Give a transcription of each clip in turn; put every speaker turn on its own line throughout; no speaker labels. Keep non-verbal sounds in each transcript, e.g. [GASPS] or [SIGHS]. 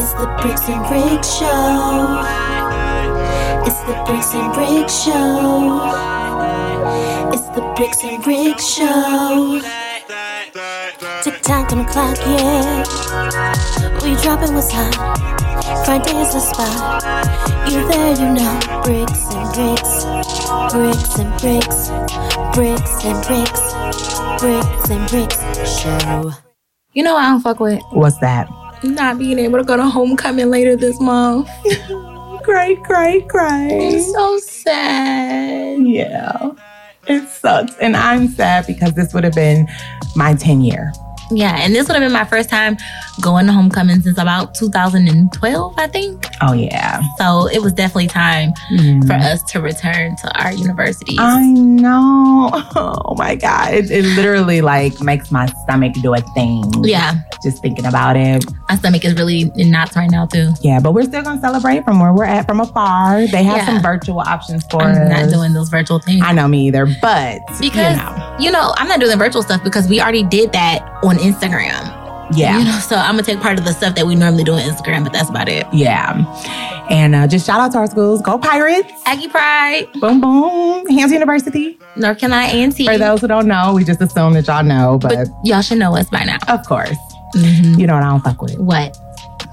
Bricks and Brick Show. It's the Bricks and Brick Show. It's the Bricks and Brick Show. Tick tock on the clock, yeah. We dropping what's hot. Friday's the spot. You there, you know. Bricks and bricks, bricks and bricks, bricks and bricks, bricks and bricks show.
You know what I don't fuck with?
What's that?
Not being able to go to homecoming later this month.
Great, great,
It's
great.
so sad.
Yeah. It sucks. And I'm sad because this would have been my 10 year.
Yeah, and this would have been my first time going to homecoming since about 2012, I think.
Oh, yeah.
So it was definitely time
Mm.
for us to return to our universities.
I know. [LAUGHS] Oh my God. It, it literally like makes my stomach do a thing.
yeah,
Just thinking about it.
my stomach is really in knots right now too.
Yeah, but we're still gonna celebrate from where we're at from afar. They have
Yeah.
some virtual options for
I'm
us.
not doing those virtual things.
I know me either, but
Because-
you know,
you know, I'm not doing the virtual stuff because we already did that on Instagram.
yeah.
You know, so I'm gonna take part of the stuff that we normally do on Instagram, but that's about it.
Yeah. And uh, just shout out to our schools. Go Pirates.
Aggie Pride,
Boom, boom. Hands University.
North Carolina A&T.
For those who don't know, we just assume that y'all know, but,
but y'all should know us by now.
of course,
Mhm.
you know what I don't fuck with?
What?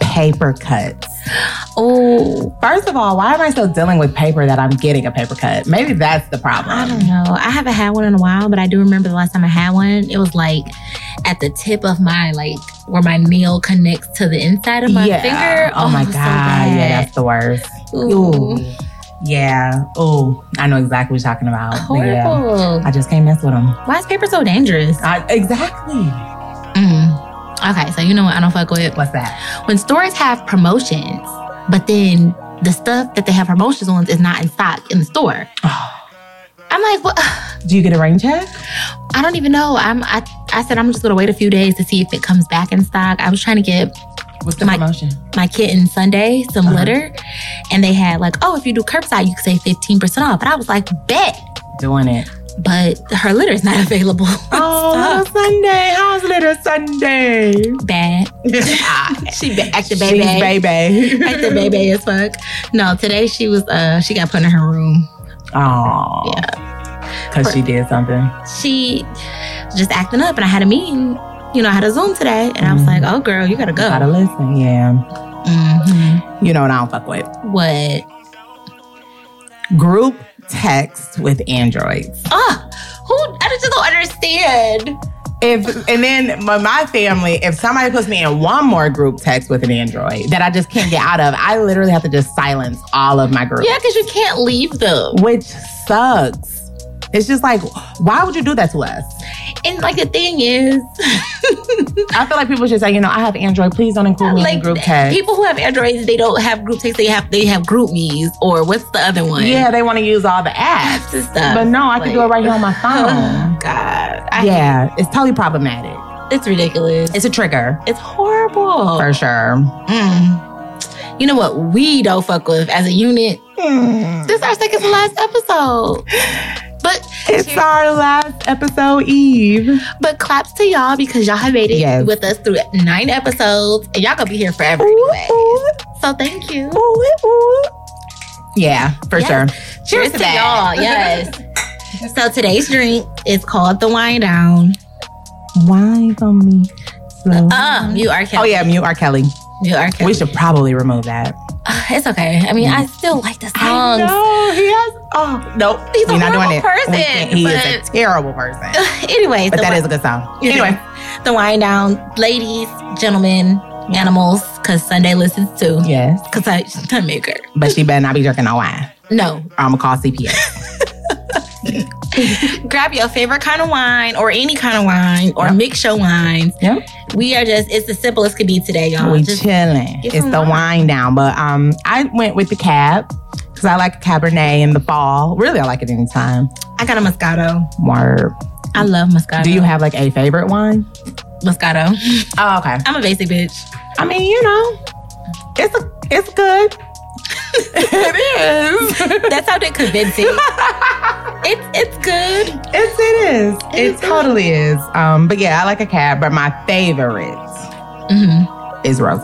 Paper cuts.
Oh,
First of all, why am I still dealing with paper that I'm getting a paper cut? Maybe that's the
I
problem.
don't know. I haven't had one in a while, but I do remember the last time I had one. It was like at the tip of my like where my nail connects to the inside of my
yeah.
finger.
Oh, my
it
God.
was so
yeah,
bad.
that's the worst.
Ooh.
Ooh. Yeah. Ooh. I know exactly what you're talking about. But yeah.
horrible.
I just can't mess with them.
Why is paper so dangerous?
I, exactly.
Mm. Okay, so you know what? I don't fuck with
What's that?
when stores have promotions, but then the stuff that they have promotions on is not in stock in the
[SIGHS]
store. I'm like, what?
Do you get a rain check?
[SIGHS] I don't even know. I'm. I, I said I'm just gonna wait a few days to see if it comes back in stock. I was trying to get
What's the
My-
promotion?
my kitten Sunday some
Uh-huh.
litter, and they had like, oh, if you do curbside, you can save fifteen percent off. But I was like, bet.
Doing it.
But her litter is not [LAUGHS] available.
Oh, little Sunday. How's little Sunday?
bad.
she be
acting baby.
She's baby.
Like the baby as fuck. No, today she was. Uh, she got put in her room.
Oh. Yeah. Because she did something.
She was just acting up, and I had a meeting. You know, I had a Zoom today, and I was
Mhm.
like, oh girl, you gotta go.
Gotta Mm-hmm. listen. Yeah.
Mhm.
You know what I don't fuck with?
What?
Group text with androids.
Oh, who? I just don't understand.
If and then my, my family, if somebody puts me in one more group text with an android that I just can't get out of, I literally have to just silence all of my groups.
Yeah, because you can't leave them.
Which sucks. It's just like, why would you do that to us?
And like the thing is,
I feel like people should say, you know, I have Android. Please don't include me in
like
group text.
people who have Androids, they don't have group texts. They have they have group me's or what's the other one?
Yeah, they want to use all the apps.
apps and stuff.
But no, I can do it
Like-
right here on my phone.
Oh, God, [LAUGHS] I,
yeah, it's totally problematic.
it's ridiculous. It's,
It's a trigger
it's horrible.
for sure.
Mm. You know what we don't fuck with as a unit? This is our second to last episode. But
It's our last episode, Eve.
but claps to y'all because y'all have made it
Yes.
with us through nine episodes and y'all gonna be here forever anyway.
Ooh,
So thank you.
ooh, ooh. Yeah, for
Yes.
sure.
Cheers to
that.
y'all.
[LAUGHS]
Yes. so today's drink is called the wine down.
Wine for me. Slow.
Um, you are Kelly.
Mm-hmm. oh yeah, mute R. Kelly.
you are
We
Kelly.
should probably remove that.
Uh, it's okay. I mean, I still like the
I
songs. [LAUGHS]
know he has. Oh nope,
He's a
we're not
horrible
doing it.
person,
We can't- he is a
but-
terrible person.
Anyways,
But
the
that
wi-
is a good song.
Yeah.
Anyway,
the wine down, ladies, gentlemen, animals, because Sunday listens too.
yes,
Cause I, [LAUGHS] I make her.
but she better not be drinking no wine.
No,
Or I'm gonna call CPS.
grab your favorite kind of wine or any kind of wine or
Yep.
mix your wines.
Yep.
We are just it's as simple as could be today, y'all.
we
just
chilling.
get
It's
some
the
wine.
wine down, but um, I went with the cab because I like Cabernet in the fall. Really, I like it anytime.
I got a Moscato.
More.
I love Moscato.
Do you have like a favorite wine?
Moscato?
Oh, okay.
I'm a basic bitch.
I mean, you know, it's a, it's good. [LAUGHS] it is. [LAUGHS]
That sounded convincing. it's it's good.
It's it is. It,
It is good.
totally is. Um, but yeah, I like a cab, but my favorite
Mm-hmm.
is rose.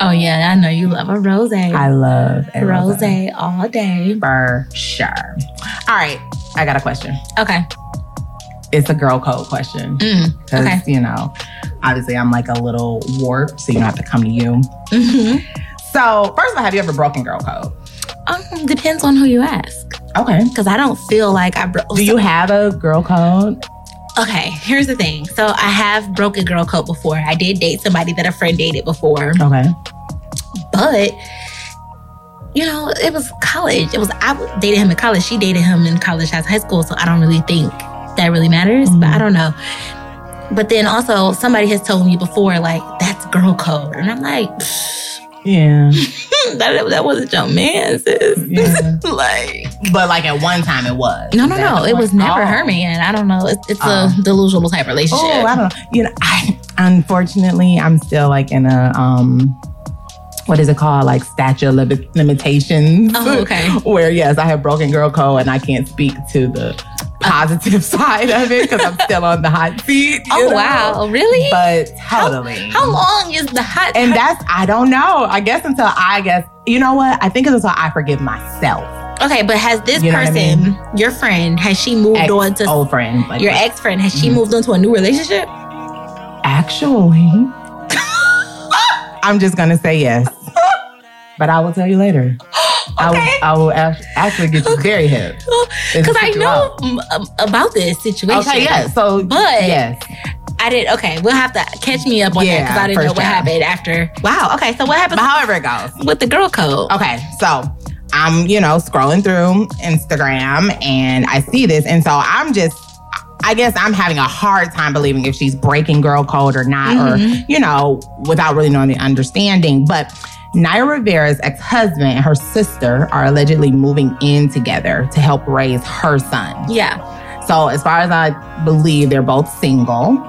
Oh yeah, I know you love a rose.
I love a
rose all day.
for sure. All right, I got a question.
Okay.
It's a girl code question
Mm.
because
Okay.
you know, obviously I'm like a little warped, so you don't have to come to you.
Mhm.
So first of all, have you ever broken girl code?
Um, depends on who you ask,
Okay.
because I don't feel like I broke.
Do you have a girl code?
okay, here's the thing. So I have broke a girl code before. I did date somebody that a friend dated before,
Okay.
but you know, it was college. It was I dated him in college. She dated him in college as high school. So I don't really think that really matters. But
Mhm.
I don't know. But then also somebody has told me before like that's girl code, and I'm like. [LAUGHS]
Yeah.
that, that wasn't your man, sis.
Yeah.
[LAUGHS] like,
but like at one time it was.
no, no,
Is that
no.
the
It
point?
was Uh, never
Oh.
her man. I don't know. It's, it's
Oh.
a delusional type relationship.
Oh, I don't know. You know, I unfortunately I'm still like in a um what is it called? Like statute of limi- limitations.
Oh, okay.
[LAUGHS] Where yes, I have broken girl code and I can't speak to the positive [LAUGHS] side of it because I'm still on the hot seat. you
Oh,
know?
wow. Really?
But totally.
How long is the hot?
and that's I don't know. I guess until I guess you know what? I think it's until I forgive myself.
okay, but has this
You know what I
person,
mean?
your friend, has she moved
Ex-
on to
old friends. Like
your ex friend? Has she
Mhm.
moved on to a new [LAUGHS] relationship?
Actually, I'm just gonna
[LAUGHS]
say yes, but I will tell you
[GASPS]
later. I
Okay.
will, I will act- actually get you very
[LAUGHS]
hip and
Because I
sit you
know
up.
um, about this situation.
Okay, yes. So,
But-
yes,
I did. Okay, we'll have to catch me up on that
Yeah,
because I didn't
for
know what
sure.
happened after. Wow. Okay, so what
but
happened
however it goes.
with the girl code?
Okay, so I'm you know scrolling through Instagram and I see this, and so I'm just. I guess I'm having a hard time believing if she's breaking girl code or not,
Mhm.
or, you know, without really knowing the understanding. But Naya Rivera's ex husband and her sister are allegedly moving in together to help raise her son.
Yeah.
So, as far as I believe, they're both single.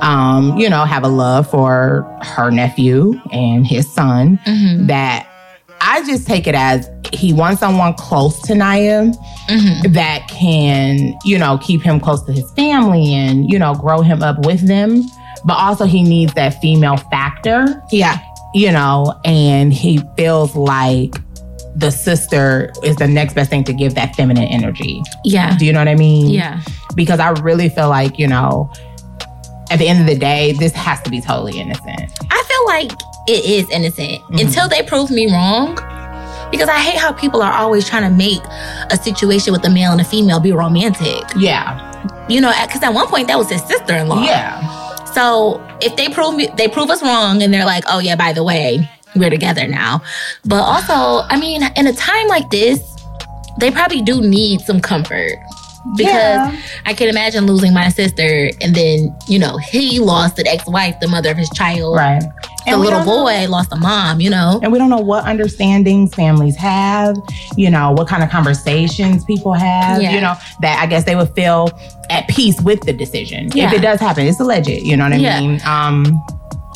Um, you know, have a love for her nephew and his son
Mm-hmm.
that I just take it as he wants someone close to Naya
Mm-hmm.
that can, you know, keep him close to his family and, you know, grow him up with them. But also, he needs that female factor,
Yeah.
you know, and he feels like the sister is the next best thing to give that feminine energy.
Yeah.
Do you know what I mean?
Yeah.
Because I really feel like, you know, at the end of the day, this has to be totally innocent.
I feel like it is innocent
Mhm.
until they prove me wrong. Because I hate how people are always trying to make a situation with a male and a female be romantic.
Yeah.
You know, because at one point that was his sister in law.
Yeah.
So if they prove me, they prove us wrong, and they're like, "Oh yeah, by the way, we're together now." But also, I mean, in a time like this, they probably do need some comfort because
Yeah.
I can imagine losing my sister, and then you know he lost an ex-wife, the mother of his child.
Right.
the
we
little
don't know-
boy lost a mom, you know?
and we don't know what understandings families have you know what kind of conversations people have
Yeah.
you know that i guess they would feel at peace with the decision
Yeah.
if it does happen it's alleged you know what i
Yeah.
mean um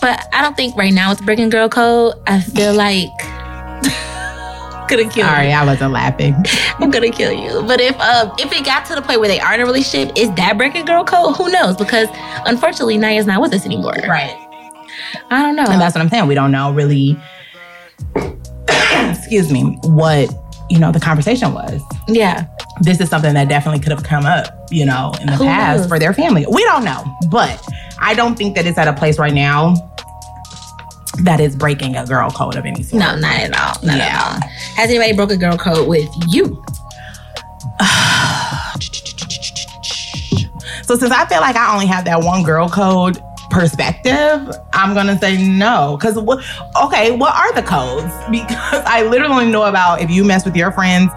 But I don't think right now with Brick and Girl Code, I feel like. [LAUGHS] gonna kill
sorry
you.
i
[LAUGHS]
wasn't laughing
I'm gonna kill you. But if um if it got to the point where they are in a relationship, is that Brick and Girl Code? Who knows? Because unfortunately, Naya's not with us anymore.
right
I don't know.
and that's what i'm saying we don't know really [COUGHS] excuse me what you know the conversation was
yeah.
this is something that definitely could have come up, you know, in the
Who
past
knows?
for their family. We don't know, but I don't think that it's at a place right now that is breaking a girl code of any sort.
No, not at all. Not
Yeah.
at all. Has anybody broke a girl code with you?
So since I feel like I only have that one girl code perspective, I'm gonna say no. Cause what? Okay, what are the codes? [LAUGHS] Because I literally only know about if you mess with your friends,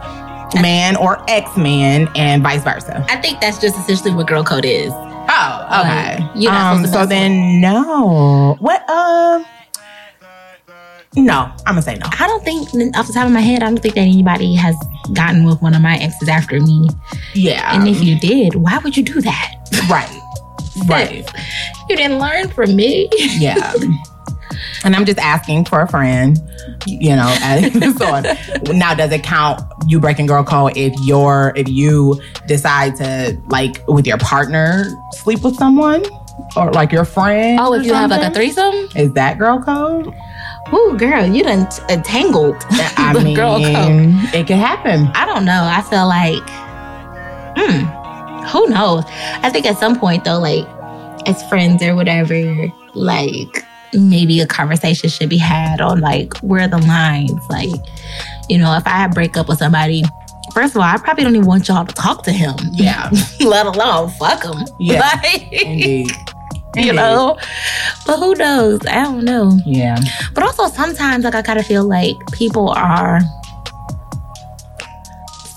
man or ex man, and vice versa.
I think that's just essentially what girl code is.
Oh, okay.
Like, you're not
um,
supposed to
so
mess
then no. What? Um. No, I'm gonna say no.
I don't think off the top of my head, I don't think that anybody has gotten with one of my exes after me.
Yeah.
And if you did, why would you do that? [LAUGHS]
right. Right.
You didn't learn from me.
Yeah. And I'm just asking for a friend, you know. [LAUGHS] and so on. now, does it count you breaking girl code if you're if you decide to like with your partner sleep with someone or like your friend?
Oh,
or
if you have like a
something?
threesome? [LAUGHS]
is that girl code?
Ooh, girl, you done t- uh, entangled.
I
the
mean,
girl code.
it could happen.
I don't know. I feel like, hmm, who knows? I think at some point though, like as friends or whatever, like maybe a conversation should be had on like where are the lines. Like, you know, if I break up with somebody, first of all, I probably don't even want y'all to talk to him.
Yeah,
[LAUGHS] Let alone fuck him.
Yeah.
[LAUGHS] Like, [LAUGHS]
indeed.
you
Indeed.
know. But who knows? I don't know.
Yeah.
But also sometimes like I kind of feel like people are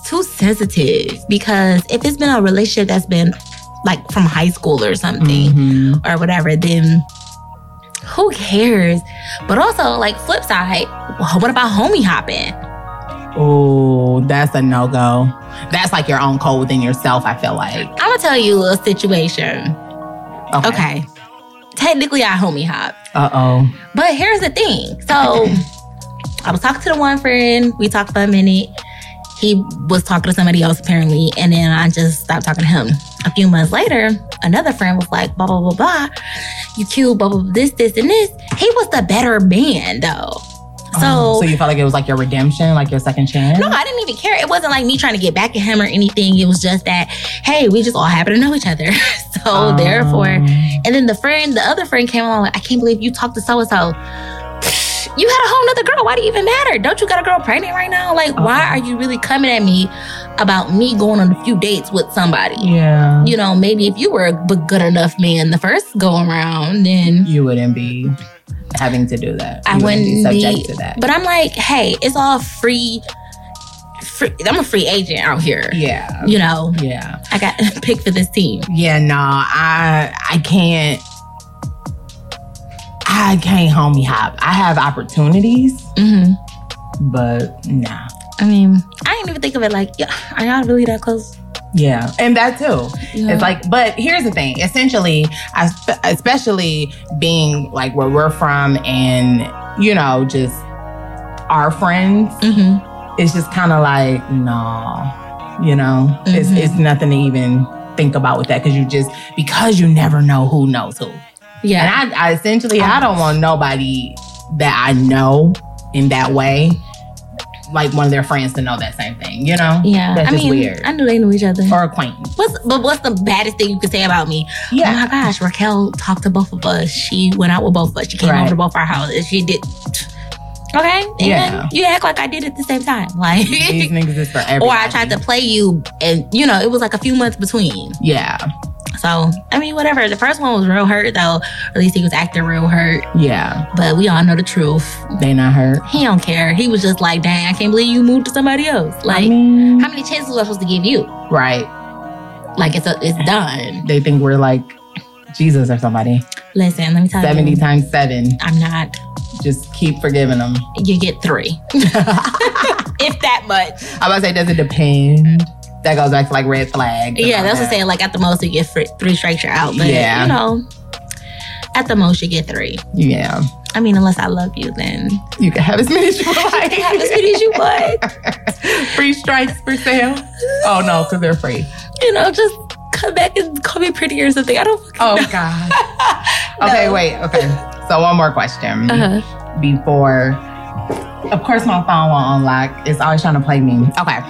too sensitive because if it's been a relationship that's been like from high school or something
Mhm.
or whatever, then who cares? But also like flip side, wh- what about homie hopping?
Oh, that's a no go. That's like your own code within yourself. I feel like.
I'm gonna tell you a little situation.
Okay.
Okay. Technically I homie hop.
Uh oh.
But here's the thing. So I was talking to the one friend. We talked for a minute. He was talking to somebody else apparently, and then I just stopped talking to him. A few months later, another friend was like, blah blah blah blah. You cute, blah blah blah, this this and this. He was the better man though. So,
Oh, so you felt like it was like your redemption, like your second chance.
no, I didn't even care. It wasn't like me trying to get back at him or anything. It was just that, hey, we just all happen to know each other. [LAUGHS] so
Um,
therefore, and then the friend, the other friend came along, like, I can't believe you talked to so and so. You had a whole nother girl. Why do you even matter? Don't you got a girl pregnant right now? Like, why
Uh-huh.
are you really coming at me about me going on a few dates with somebody?
Yeah.
You know, maybe if you were a b- good enough man the first go around, then.
you wouldn't be having to do that.
I
You wouldn't be
wouldn't
subject
be-
to that.
But I'm like, hey, it's all free. free I'm a free agent out here.
yeah.
You know,
Yeah.
I got [LAUGHS] picked for this team.
Yeah, no, I I can't I can't homie hop. I have opportunities,
hmm
but nah.
I mean, I didn't even think of it like, yeah, are y'all really that close?
Yeah. And that too.
You know?
It's like, but here's the thing. Essentially, I, sp- especially being like where we're from and, you know, just our friends,
Mhm.
it's just kind of like, no, you know, it's,
Mhm.
it's nothing to even think about with that because you just, because you never know who knows who.
Yeah.
And I, I essentially, I don't want nobody that I know in that way, like one of their friends to know that same thing, you know?
yeah.
That's
I
just
mean,
weird.
I knew they knew each other.
Or acquaintance.
what's but what's the baddest thing you could say about me? Oh
Yeah.
my gosh, Raquel talked to both of us. She went out with both of us. She came
Right.
over to both our houses. She did. Okay. And
Yeah.
then You act like I did at the same time. Like. [LAUGHS]
These niggas is for everybody.
Or I tried to play you, and you know it was like a few months between.
Yeah.
So I mean, whatever. The first one was real hurt, though. At least he was acting real hurt.
Yeah.
But we all know the truth.
They not hurt.
He don't care. He was just like, "Dang, I can't believe you moved to somebody else." Like,
I mean,
how many chances was I supposed to give you?
right.
Like it's a, it's done.
They think we're like Jesus or somebody.
Listen, let me tell
70
you.
times seven.
I'm not.
Just keep forgiving them.
You get three,
[LAUGHS] I'm
if that much.
about to say, does it depend? That goes back to like red flags. and
Yeah,
all
that's what
that.
I'm saying. Like at the most, you get fr- three strikes, you're out. But
Yeah.
you know, at the most, you get three.
Yeah.
I mean, unless I love you, then
You can have as
[LAUGHS]
many as you like. [LAUGHS]
have as many as you want.
free strikes for sale. Oh no, because they're free.
You know, just come back and call me pretty or something. I don't. fucking [LAUGHS]
Oh God. Okay,
No.
wait. Okay. So one more question
Uh-huh.
before. Of course, my phone won't unlock. It's always trying to play me. Okay.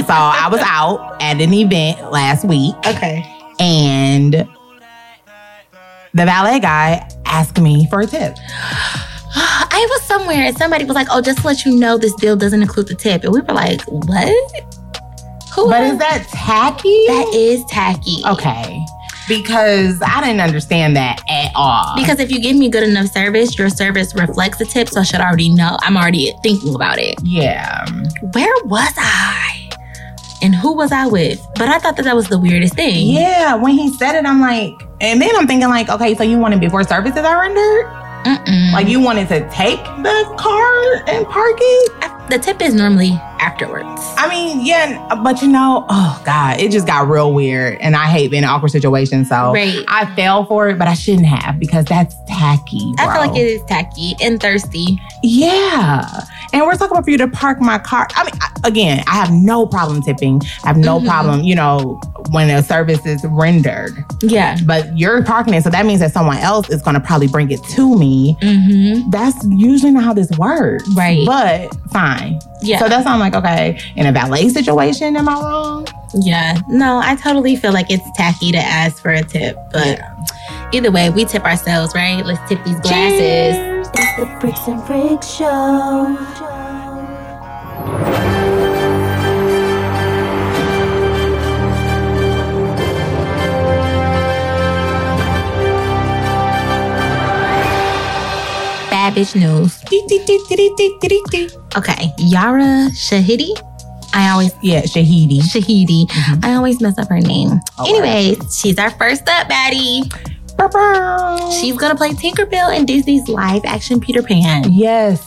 So I was out at an event last week,
Okay.
and the valet guy asked me for a tip.
[GASPS] I was somewhere and somebody was like, "Oh, just to let you know, this deal doesn't include the tip," and we were like, "What? Who?
But
is
is that tacky?
That is tacky.
okay. Because I didn't understand that at all.
Because if you give me good enough service, your service reflects the tip, so I should already know. I'm already thinking about it.
yeah.
Where was I? And who was I with? But I thought that that was the weirdest thing.
Yeah, when he said it, I'm like, and then I'm thinking like, okay, so you wanted before services are rendered,
Mm-mm.
like you wanted to take the car and park it
the tip is normally afterwards.
I mean, yeah, but you know, oh God, it just got real weird. And I hate being in awkward situations. So
Right.
I fell for it, but I shouldn't have because that's tacky.
I feel
bro.
like it is tacky and thirsty.
Yeah. And we're talking about for you to park my car. I mean, I- again, I have no problem tipping. I have no
Mhm.
problem, you know, when a service is rendered.
Yeah.
But you're parking it. So that means that someone else is going to probably bring it to me.
Mm-hmm.
That's usually not how this works.
Right.
But fine.
Yeah.
So that's why I'm like, okay, in a valet situation, am I wrong?
yeah. No, I totally feel like it's tacky to ask for a tip, but either way, we tip ourselves, right? Let's tip these glasses.
It's the Bricks and Brick Show.
Babbage news. Okay, Yara Shahidi. I always
Yeah, Shahidi.
Shahidi. I always mess up her name.
Mm-hmm. Oh,
Anyways, she's our first up baddie. She's gonna play Tinkerbell in Disney's live action Peter Pan.
Yes.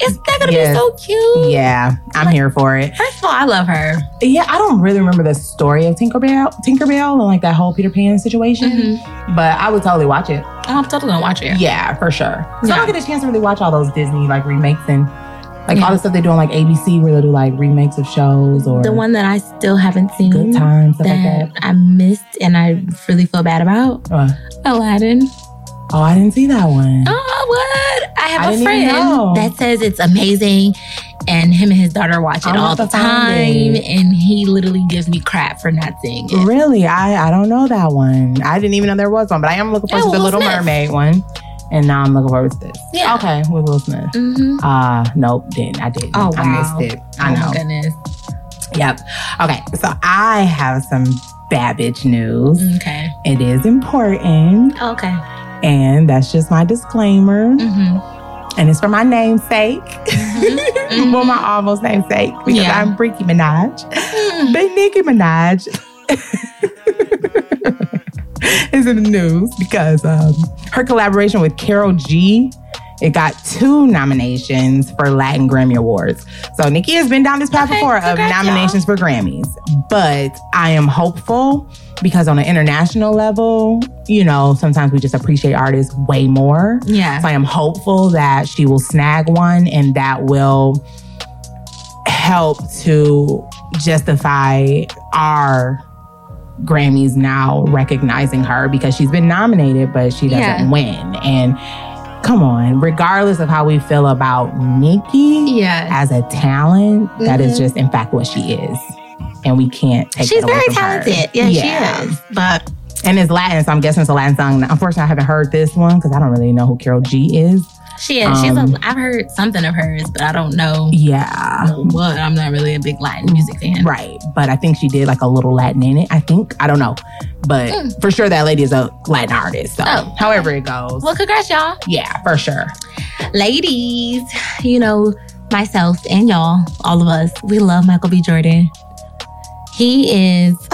It's that gonna
Yes.
be so cute.
Yeah, I'm here for it.
First of all, I love her.
Yeah, I don't really remember the story of Tinkerbell, Tinkerbell, and like that whole Peter Pan situation. But I would totally watch it.
Oh, Mm-hmm. I'm totally gonna watch it.
Yeah, for sure. So I
Yeah.
don't get a chance to really watch all those Disney like remakes and like
Yeah.
all the stuff they do on like ABC where they do like remakes of shows or
The one that I still haven't seen.
good times stuff
That
like
I missed and I really feel bad about
that. Uh,
Aladdin.
oh, I didn't see that one.
Oh, what? I have
I
a
didn't even know.
friend that says it's amazing, and him and his daughter watch it
I'll
all
have
the
to find
time,
it.
and he literally gives me crap for not seeing it.
Really, I I don't know that one. I didn't even know there was one, but I am looking
Yeah,
forward
Oh,
to the
Will
Little
Smith.
Mermaid one, and now I'm looking forward to this.
Yeah.
Okay, with Will Smith.
Mm-hmm.
Uh, nope, didn't I didn't.
Oh, wow.
I missed it. I know.
Oh my goodness.
Yep. Okay. So I have some Babbage news.
Okay.
It is important.
Okay.
And that's just my disclaimer.
Mm-hmm.
And it's for my namesake. [LAUGHS]
Mhm.
well, my almost namesake because
Yeah. Mm-hmm.
I'm Bricky Minaj. But Nicki Minaj [LAUGHS] is in the news because um, her collaboration with Carol G. It got two nominations for Latin Grammy Awards. So Nikki has been down this path
Okay,
before of
congrats, y'all.
nominations for Grammys, but I am hopeful because on an international level, you know, sometimes we just appreciate artists way more.
Yeah.
So I am hopeful that she will snag one and that will help to justify our Grammys now recognizing her because she's been nominated, but she doesn't
Yeah.
win. And come on, regardless of how we feel about Nikki
Yeah.
as a talent, that is
Mhm.
just in fact what she is. And we can't take
She's
that away
very
from her.
talented. Yeah, she is. But
And it's Latin, so I'm guessing it's a Latin song. Now, Unfortunately, I haven't heard this one because I don't really know who Carol G is.
she is. She's.
Um,
A, I've heard something of hers, but I don't know
Yeah.
what. I'm not really a big Latin music fan.
Right. But I think she did like a little Latin in it. I think. I don't know. But
Mm.
for sure that lady is a Latin artist. So
Oh.
however it goes.
Well, congrats, y'all.
yeah, for sure.
ladies, you know, myself and y'all, all of us, we love Michael B. Jordan. He is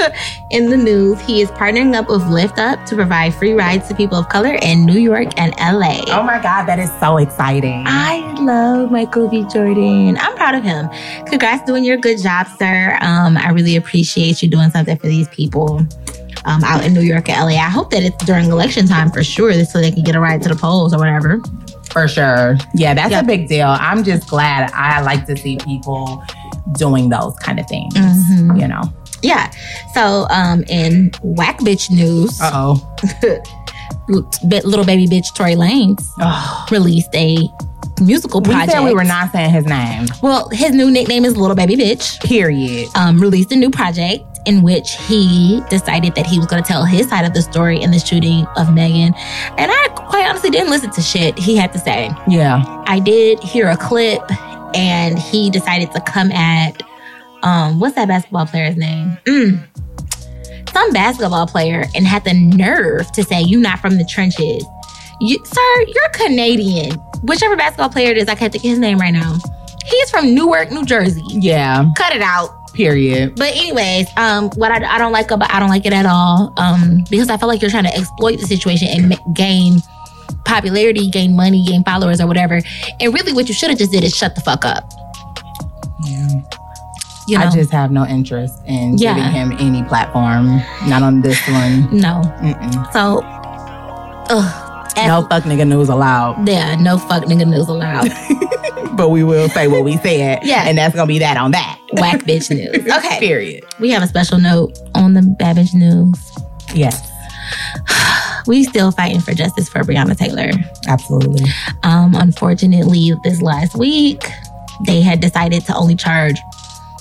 [LAUGHS] in the news. He is partnering up with Lyft Up to provide free rides to people of color in New York and LA.
Oh my God, that is so exciting.
I love Michael B. Jordan. I'm proud of him. Congrats doing your good job, sir. Um, I really appreciate you doing something for these people um, out in New York and LA. I hope that it's during election time for sure, so they can get a ride to the polls or whatever.
for sure. Yeah, that's
Yeah.
a big deal. I'm just glad I like to see people doing those kind of things.
Mhm.
You know.
Yeah. So, um, in whack bitch news,
Uh oh.
l- bit- little baby bitch Tory Lanez released a musical
We
project.
said we were not saying his name.
Well, his new nickname is Little Baby Bitch.
Period.
Um, released a new project in which he decided that he was going to tell his side of the story in the shooting of Megan. And I quite honestly didn't listen to shit he had to say.
Yeah.
I did hear a clip, and he decided to come at um, what's that basketball player's name? Mm. Some basketball player, and had the nerve to say, "You not from the trenches, you, sir. You're Canadian." Whichever basketball player it is, I can't think of his name right now. He's from Newark, New Jersey.
Yeah.
Cut it out.
Period.
But anyways, um, what I, I don't like about I don't like it at all, um, because I feel like you're trying to exploit the situation and ma- gain popularity, gain money, gain followers or whatever. And really, what you should have just did is shut the fuck up.
Yeah.
you know.
I just have no interest in
Yeah.
giving him any platform. Not on this one.
no.
Mm-mm.
So, ugh. F-
No fuck nigga news allowed,
Yeah, no fuck nigga news
[LAUGHS]
allowed.
but we will
[LAUGHS]
say what we said.
Yeah.
and that's gonna be that on that.
Whack bitch news. Okay.
Period.
We have a special note on the Babbage news.
Yes,
We still fighting for justice for Breonna Taylor.
absolutely.
Um, unfortunately, this last week, they had decided to only charge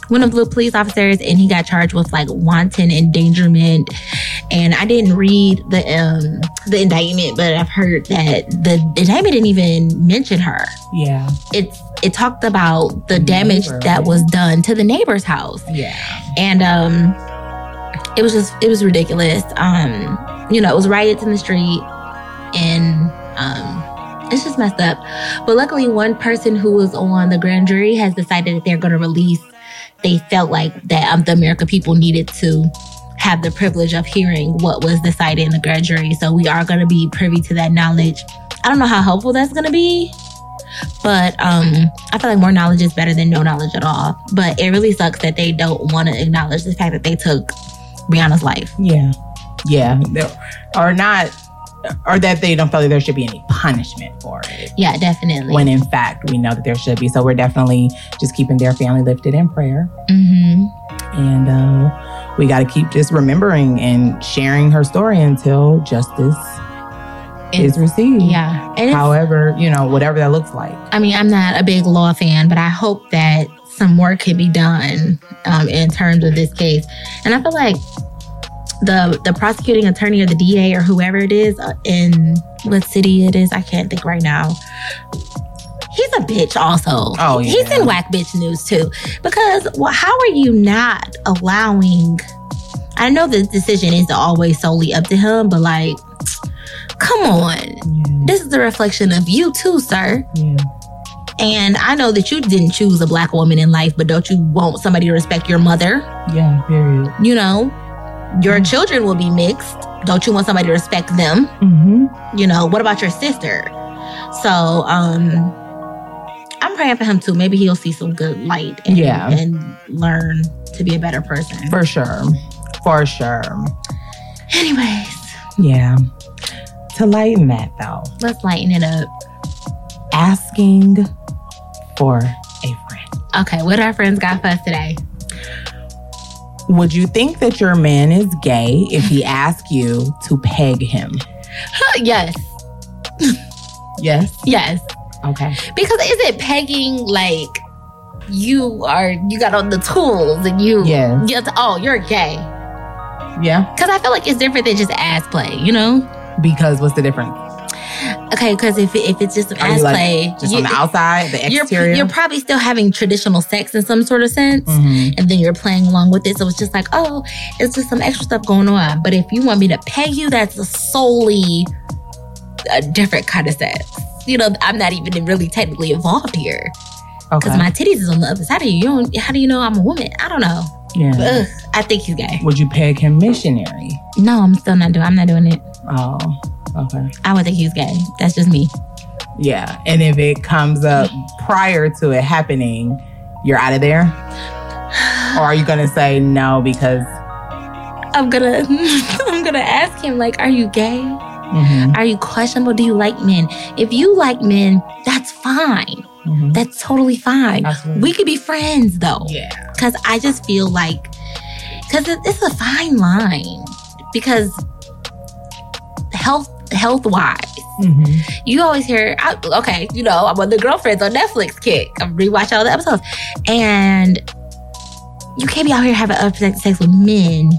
one of the police officers, and he got charged with like wanton endangerment. And I didn't read the um, the indictment, but I've heard that the indictment didn't even mention her.
Yeah,
It's it talked about the damage
Neighbor.
that was done to the neighbor's house
yeah,
and um it was just it was ridiculous um you know it was riots in the street and um it's just messed up but luckily one person who was on the grand jury has decided that they're going to release they felt like that um, the america people needed to have the privilege of hearing what was decided in the grand jury so we are going to be privy to that knowledge i don't know how helpful that's going to be but um, I feel like more knowledge is better than no knowledge at all. But it really sucks that they don't want to acknowledge the fact that they took Rihanna's life.
yeah, yeah. There- Or not, or that they don't feel that there should be any punishment for it.
Yeah, definitely.
When in fact we know that there should be. So we're definitely just keeping their family lifted in prayer.
hmm
Mm-hmm. And uh, we got to keep just remembering and sharing her story until justice is received.
Yeah, and it's-
However, you know, whatever that looks like.
I mean, I'm not a big law fan, but I hope that some work can be done um, in terms of this case. And I feel like the the prosecuting attorney or the DA or whoever it is uh, in what city it is, I can't think right now. He's a bitch, also.
Oh,
he's
yeah.
in whack bitch news too. Because well, how are you not allowing? I know the decision is always solely up to him, but like, come on,
Yeah.
this is a reflection of you too, sir.
yeah.
And I know that you didn't choose a black woman in life, but don't you want somebody to respect your mother?
Yeah, period.
You know, your
Mhm.
children will be mixed. Don't you want somebody to respect them?
Mm-hmm.
You know, what about your sister? So, um, I'm praying for him too. Maybe he'll see some good light and,
Yeah.
and learn to be a better person.
For sure. For sure.
Anyways,
Yeah. To lighten that though,
let's lighten it up.
asking for a friend.
Okay, what our friends got for us today? [LAUGHS]
Would you think that your man is gay if he asks you to peg him?
yes,
Yes.
yes.
Okay.
Because is it pegging like you are you got on the tools and you
Yes.
you have to- oh you're gay?
Yeah.
Because I feel like it's different than just ass play, you know?
Because what's the difference?
Okay, because if if it's just an
Are you,
ass
like,
play,
Just
you,
on the outside, the
you're
exterior.
you're probably still having traditional sex in some sort of sense.
Mhm.
And then you're playing along with it. So it's just like, oh, it's just some extra stuff going on. But if you want me to peg you, that's a solely a different kind of sex. You know, I'm not even really technically involved here.
Okay.
Because my titties is on the other side of you. you don't, how do you know I'm a woman? I don't know.
yeah.
Ugh, I think he's gay.
Would you peg him missionary?
No, I'm still not doing. I'm not doing it.
Oh, okay.
I would think he's gay. That's just me.
Yeah. And if it comes up prior to it happening, you're out of
[SIGHS]
there? Or are you going to say no because.
I'm gonna, [LAUGHS] I'm gonna ask him like, are you gay?
Mhm,
Are you questionable? Do you like men? If you like men, that's fine.
mhm.
That's totally fine.
Absolutely.
We could be friends though.
yeah.
Cause I just feel like, cause it, it's a fine line. Because health, health wise,
Mhm.
you always hear, I, okay, you know, I'm on the girlfriends on Netflix kick. I rewatch all the episodes, and you can't be out here having unprotected sex with men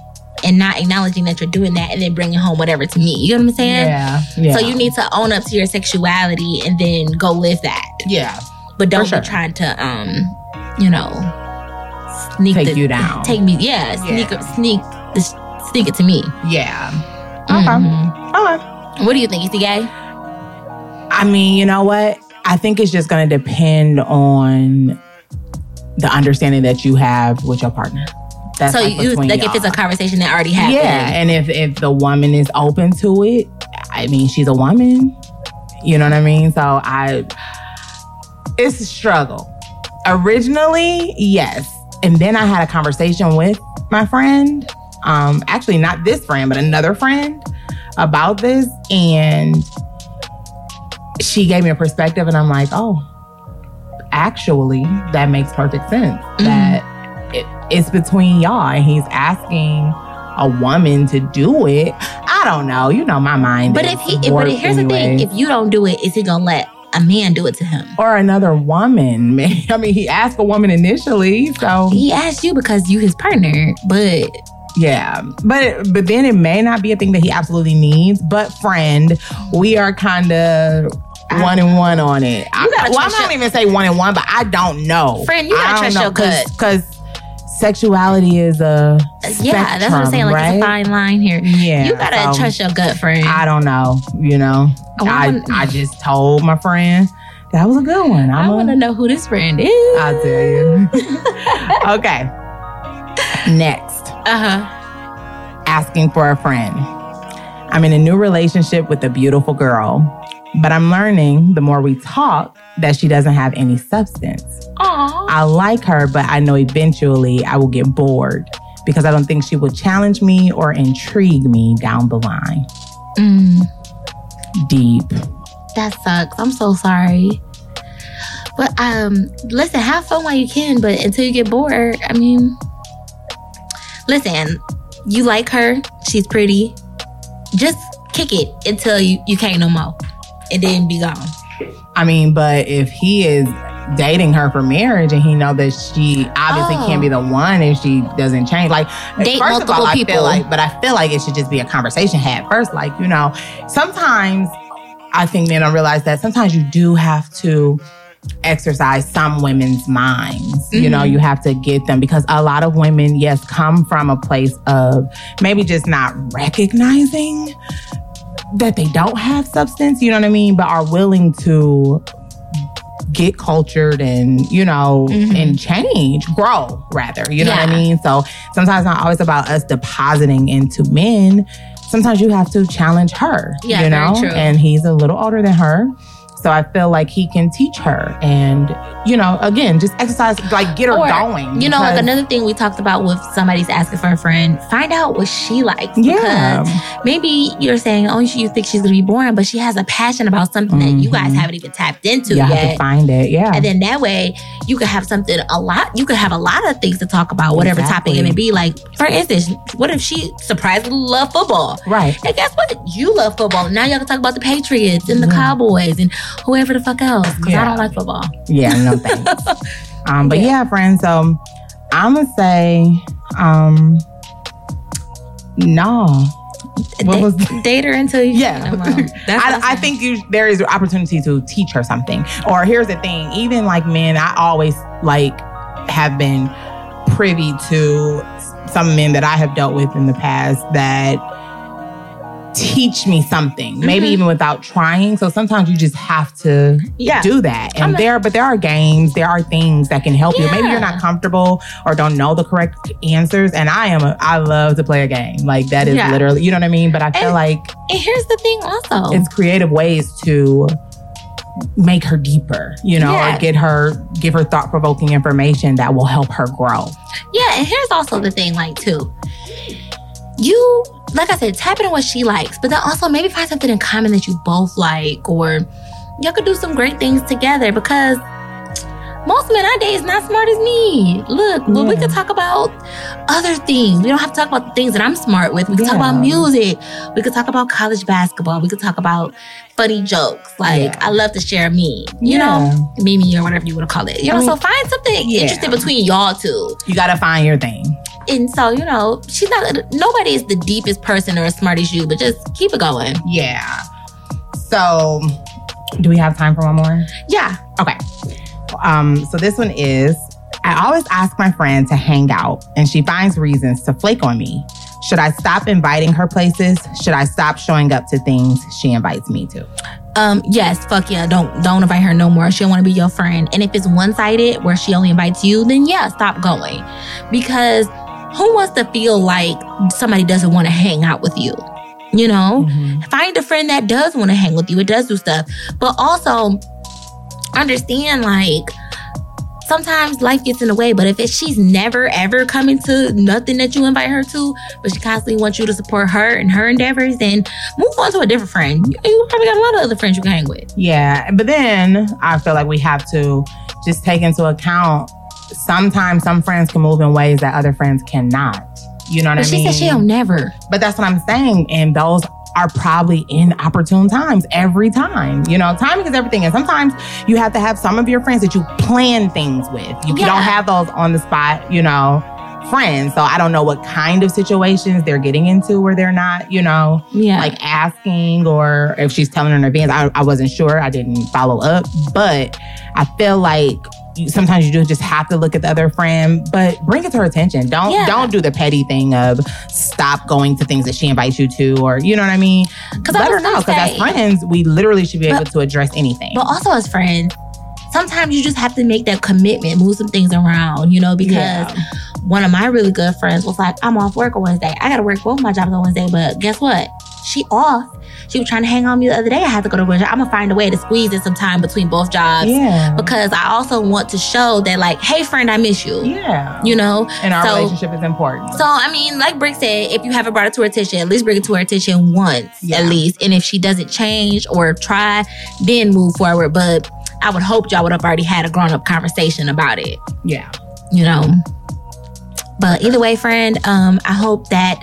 and not acknowledging that you're doing that, and then bringing home whatever to me. You know what I'm saying?
Yeah. Yeah.
So you need to own up to your sexuality and then go live that,
Yeah.
but don't
For sure.
be trying to, um, you know, sneak
Take
the-
you down.
take me, yeah,
Yeah.
sneak sneak this, sneak it to me.
Yeah. Okay.
Mhm.
Okay.
What do you think? Is he gay?
I mean, you know what? I think it's just going to depend on the understanding that you have with your partner. That's
so
like
you
between
like if it's a
y'all.
conversation that already happened.
Yeah, and if if the woman is open to it, I mean, she's a woman. You know what I mean? So I, it's a struggle. Originally, yes, And then I had a conversation with my friend, um, actually, not this friend, but another friend about this. And she gave me a perspective, and I'm like, oh, actually, that makes perfect sense. That it, it's between y'all, and he's asking a woman to do it. I don't know. You know, my mind.
But
is
if he, but
warped
here's the thing:
anyways.
if you don't do it, is he gonna let a man do it to him?
or another woman, [LAUGHS] man. I mean, he asked a woman initially, so
He asked you because you his partner, but
Yeah, but but then it may not be a thing that he absolutely needs. But friend, we are kind of one and one on it. I,
gotta
well, I
trust
don't even say one and one, but I don't know.
Friend, you gotta trust your gut.
because sexuality is a
yeah, that's what I'm saying. Like it's a
spectrum, right?
fine line here.
Yeah,
you gotta
so
trust your gut, friend.
I don't know. You know,
I
I
wanna-
I just told my friend that was a good one.
I
I'm
want to
a,
know who this friend is.
I'll tell you. okay, next.
Uh huh.
asking for a friend. I'm in a new relationship with a beautiful girl, but I'm learning the more we talk that she doesn't have any substance.
Aww.
I like her, but I know eventually I will get bored because I don't think she will challenge me or intrigue me down the line.
Mm,
Deep.
that sucks. I'm so sorry. But um, listen, have fun while you can. But until you get bored, I mean, listen, you like her. She's pretty. Just kick it until you you can't no more, and then be gone.
I mean, but if he is dating her for marriage and he know that she obviously
Oh.
can't be the one if she doesn't change like
Date
first of
multiple
all, I
people.
feel like but I feel like it should just be a conversation had first like you know sometimes I think men don't realize that sometimes you do have to exercise some women's minds you know
Mhm.
you have to get them because a lot of women yes come from a place of maybe just not recognizing that they don't have substance, you know what I mean, but are willing to get cultured and, you know,
Mhm.
and change, grow rather, you know what I
Yeah.
mean? So sometimes not always about us depositing into men. Sometimes you have to challenge her,
Yeah, very
you know,
true.
and he's a little older than her. So I feel like he can teach her and, you know, again, just exercise, like get her
Or,
going.
You know, like
because-
another thing we talked about with somebody's asking for a friend, find out what she likes.
yeah.
Because maybe you're saying, oh, you think she's gonna be boring, but she has a passion about something that you guys
Mhm.
haven't even tapped into
You have to
yet.
find it. Yeah.
And then that way you could have something a lot you could have a lot of things to talk about, whatever topic it may
Exactly.
be. Like, for instance, what if she surprisingly love football?
right.
And guess what? You love football. Now y'all can talk about the Patriots and the
Yeah.
Cowboys and whoever the fuck else. Because I
Yeah.
don't like football. [LAUGHS]
Yeah, no thanks. um, but
Yeah.
yeah. friends. So I'm gonna say, um, no. What
Da- [LAUGHS]
was-
date her until you
Yeah.
no more. That's what I'm
[LAUGHS] I, I
saying.
think you there is opportunity to teach her something. Or here's the thing: even like men, I always like have been privy to s- some men that I have dealt with in the past that teach me something, maybe
Mhm.
even without trying. So sometimes you just have to
yeah.
do that. And
I'm not-
there, but there are games, there are things that can help you. Maybe you're
Yeah.
not comfortable or don't know the correct answers. And I am, a, I love to play a game. Like that is
Yeah.
literally, you know what I mean? But I feel
And-
like
And here's the thing, also.
it's creative ways to make her deeper, you know,
Yeah.
or get her, give her thought provoking information that will help her grow.
yeah, and here's also the thing, like, too. You, like I said, tap into what she likes, but then also maybe find something in common that you both like, or y'all could do some great things together because. Most men I date is not smart as me. Look, well, we
Yeah.
could talk about other things. We don't have to talk about the things that I'm smart with. We could talk
Yeah.
about music. We could talk about college basketball. We could talk about funny jokes. Like
Yeah.
I love to share me. You know, Mimi or whatever you want to call it. You
I
know,
mean-
so find something
Yeah.
interesting between y'all two.
you got to find your thing.
And so, you know, she's not nobody is the deepest person or as smart as you, but just keep it going.
Yeah. So, do we have time for one more?
Yeah.
Okay. Um, so this one is I always ask my friend to hang out, and she finds reasons to flake on me. Should I stop inviting her places? Should I stop showing up to things she invites me to?
Um, yes, fuck yeah. Don't don't invite her no more. She don't want to be your friend. And if it's one-sided where she only invites you, then yeah, stop going. Because who wants to feel like somebody doesn't want to hang out with you? You know? find a friend that does want to hang with you. It does do stuff, but also understand like sometimes life gets in the way, but if it, she's never ever coming to nothing that you invite her to, but she constantly wants you to support her and her endeavors, then move on to a different friend. You, you probably got a lot of other friends you can hang with.
Yeah, but then I feel like we have to just take into account sometimes some friends can move in ways that other friends cannot. You know what
But
I
she
mean?
said she'll never.
But that's what I'm saying. And those are probably inopportune times every time. You know, timing is everything. And sometimes you have to have some of your friends that you plan things with. You
Yeah.
don't have those on the spot, you know, friends. So I don't know what kind of situations they're getting into where they're not, you know,
Yeah.
[LAUGHS] like asking or if she's telling her in advance. I, I wasn't sure. I didn't follow up. But I feel like you, sometimes you do just have to look at the other friend, but bring it to her attention. Don't
Yeah.
don't do the petty thing of stop going to things that she invites you to, or you know what I mean.
'Cause I
Let her
was
know
gonna
because as
say-
friends, we literally should be
But-
able to address anything.
But also as friends, sometimes you just have to make that commitment, move some things around, you know, because
Yeah.
one of my really good friends was like, I'm off work on Wednesday. I gotta work both my jobs on Wednesday, but guess what? She off. She was trying to hang on me the other day. I had to go to work. I'm gonna find a way to squeeze in some time between both jobs
yeah,
because I also want to show that, like, hey, friend, I miss you.
yeah,
You know?
and our
so-
relationship is important.
So, I mean, like Brick said, if you haven't brought it to her attention, at least bring it to her attention once,
Yeah.
at least. And if she doesn't change or try, then move forward. But I would hope y'all would have already had a grown up conversation about it
yeah,
you know. But either way, friend, um, I hope that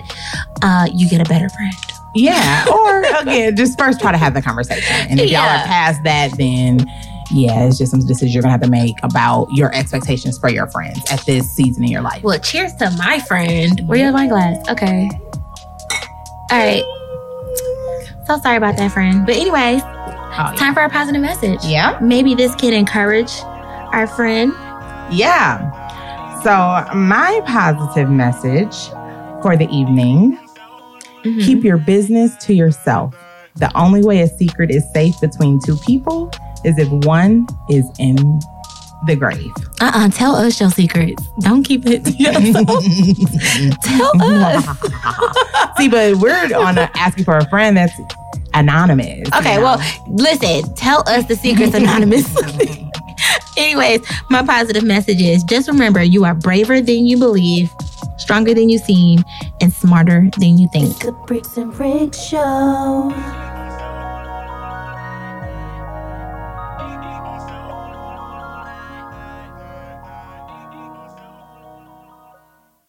uh, you get a better friend.
yeah. or again, just first try to have the conversation, and if y'all
Yeah.
are past that, then. Yeah, it's just some decisions you're gonna have to make about your expectations for your friends at this season in your life.
Well, cheers to my friend. Where you have my glass? Okay. All right. So sorry about that, friend. But anyways,
Oh, yeah.
time for our positive message.
yeah.
Maybe this can encourage our friend.
Yeah. So, my positive message for the evening
Mhm.
keep your business to yourself. The only way a secret is safe between two people is if one is in
[LAUGHS]
the grave.
Uh-uh. Tell us your secrets. Don't keep it. to yourself. [LAUGHS] tell us.
See, but we're on a, asking for a friend that's anonymous. you
Okay,
know?
well, listen, tell us the secrets [LAUGHS] anonymous. Anyways, my positive message is just remember you are braver than you believe, stronger than you seem, and smarter than you think.
It's the Bricks and Brick Show.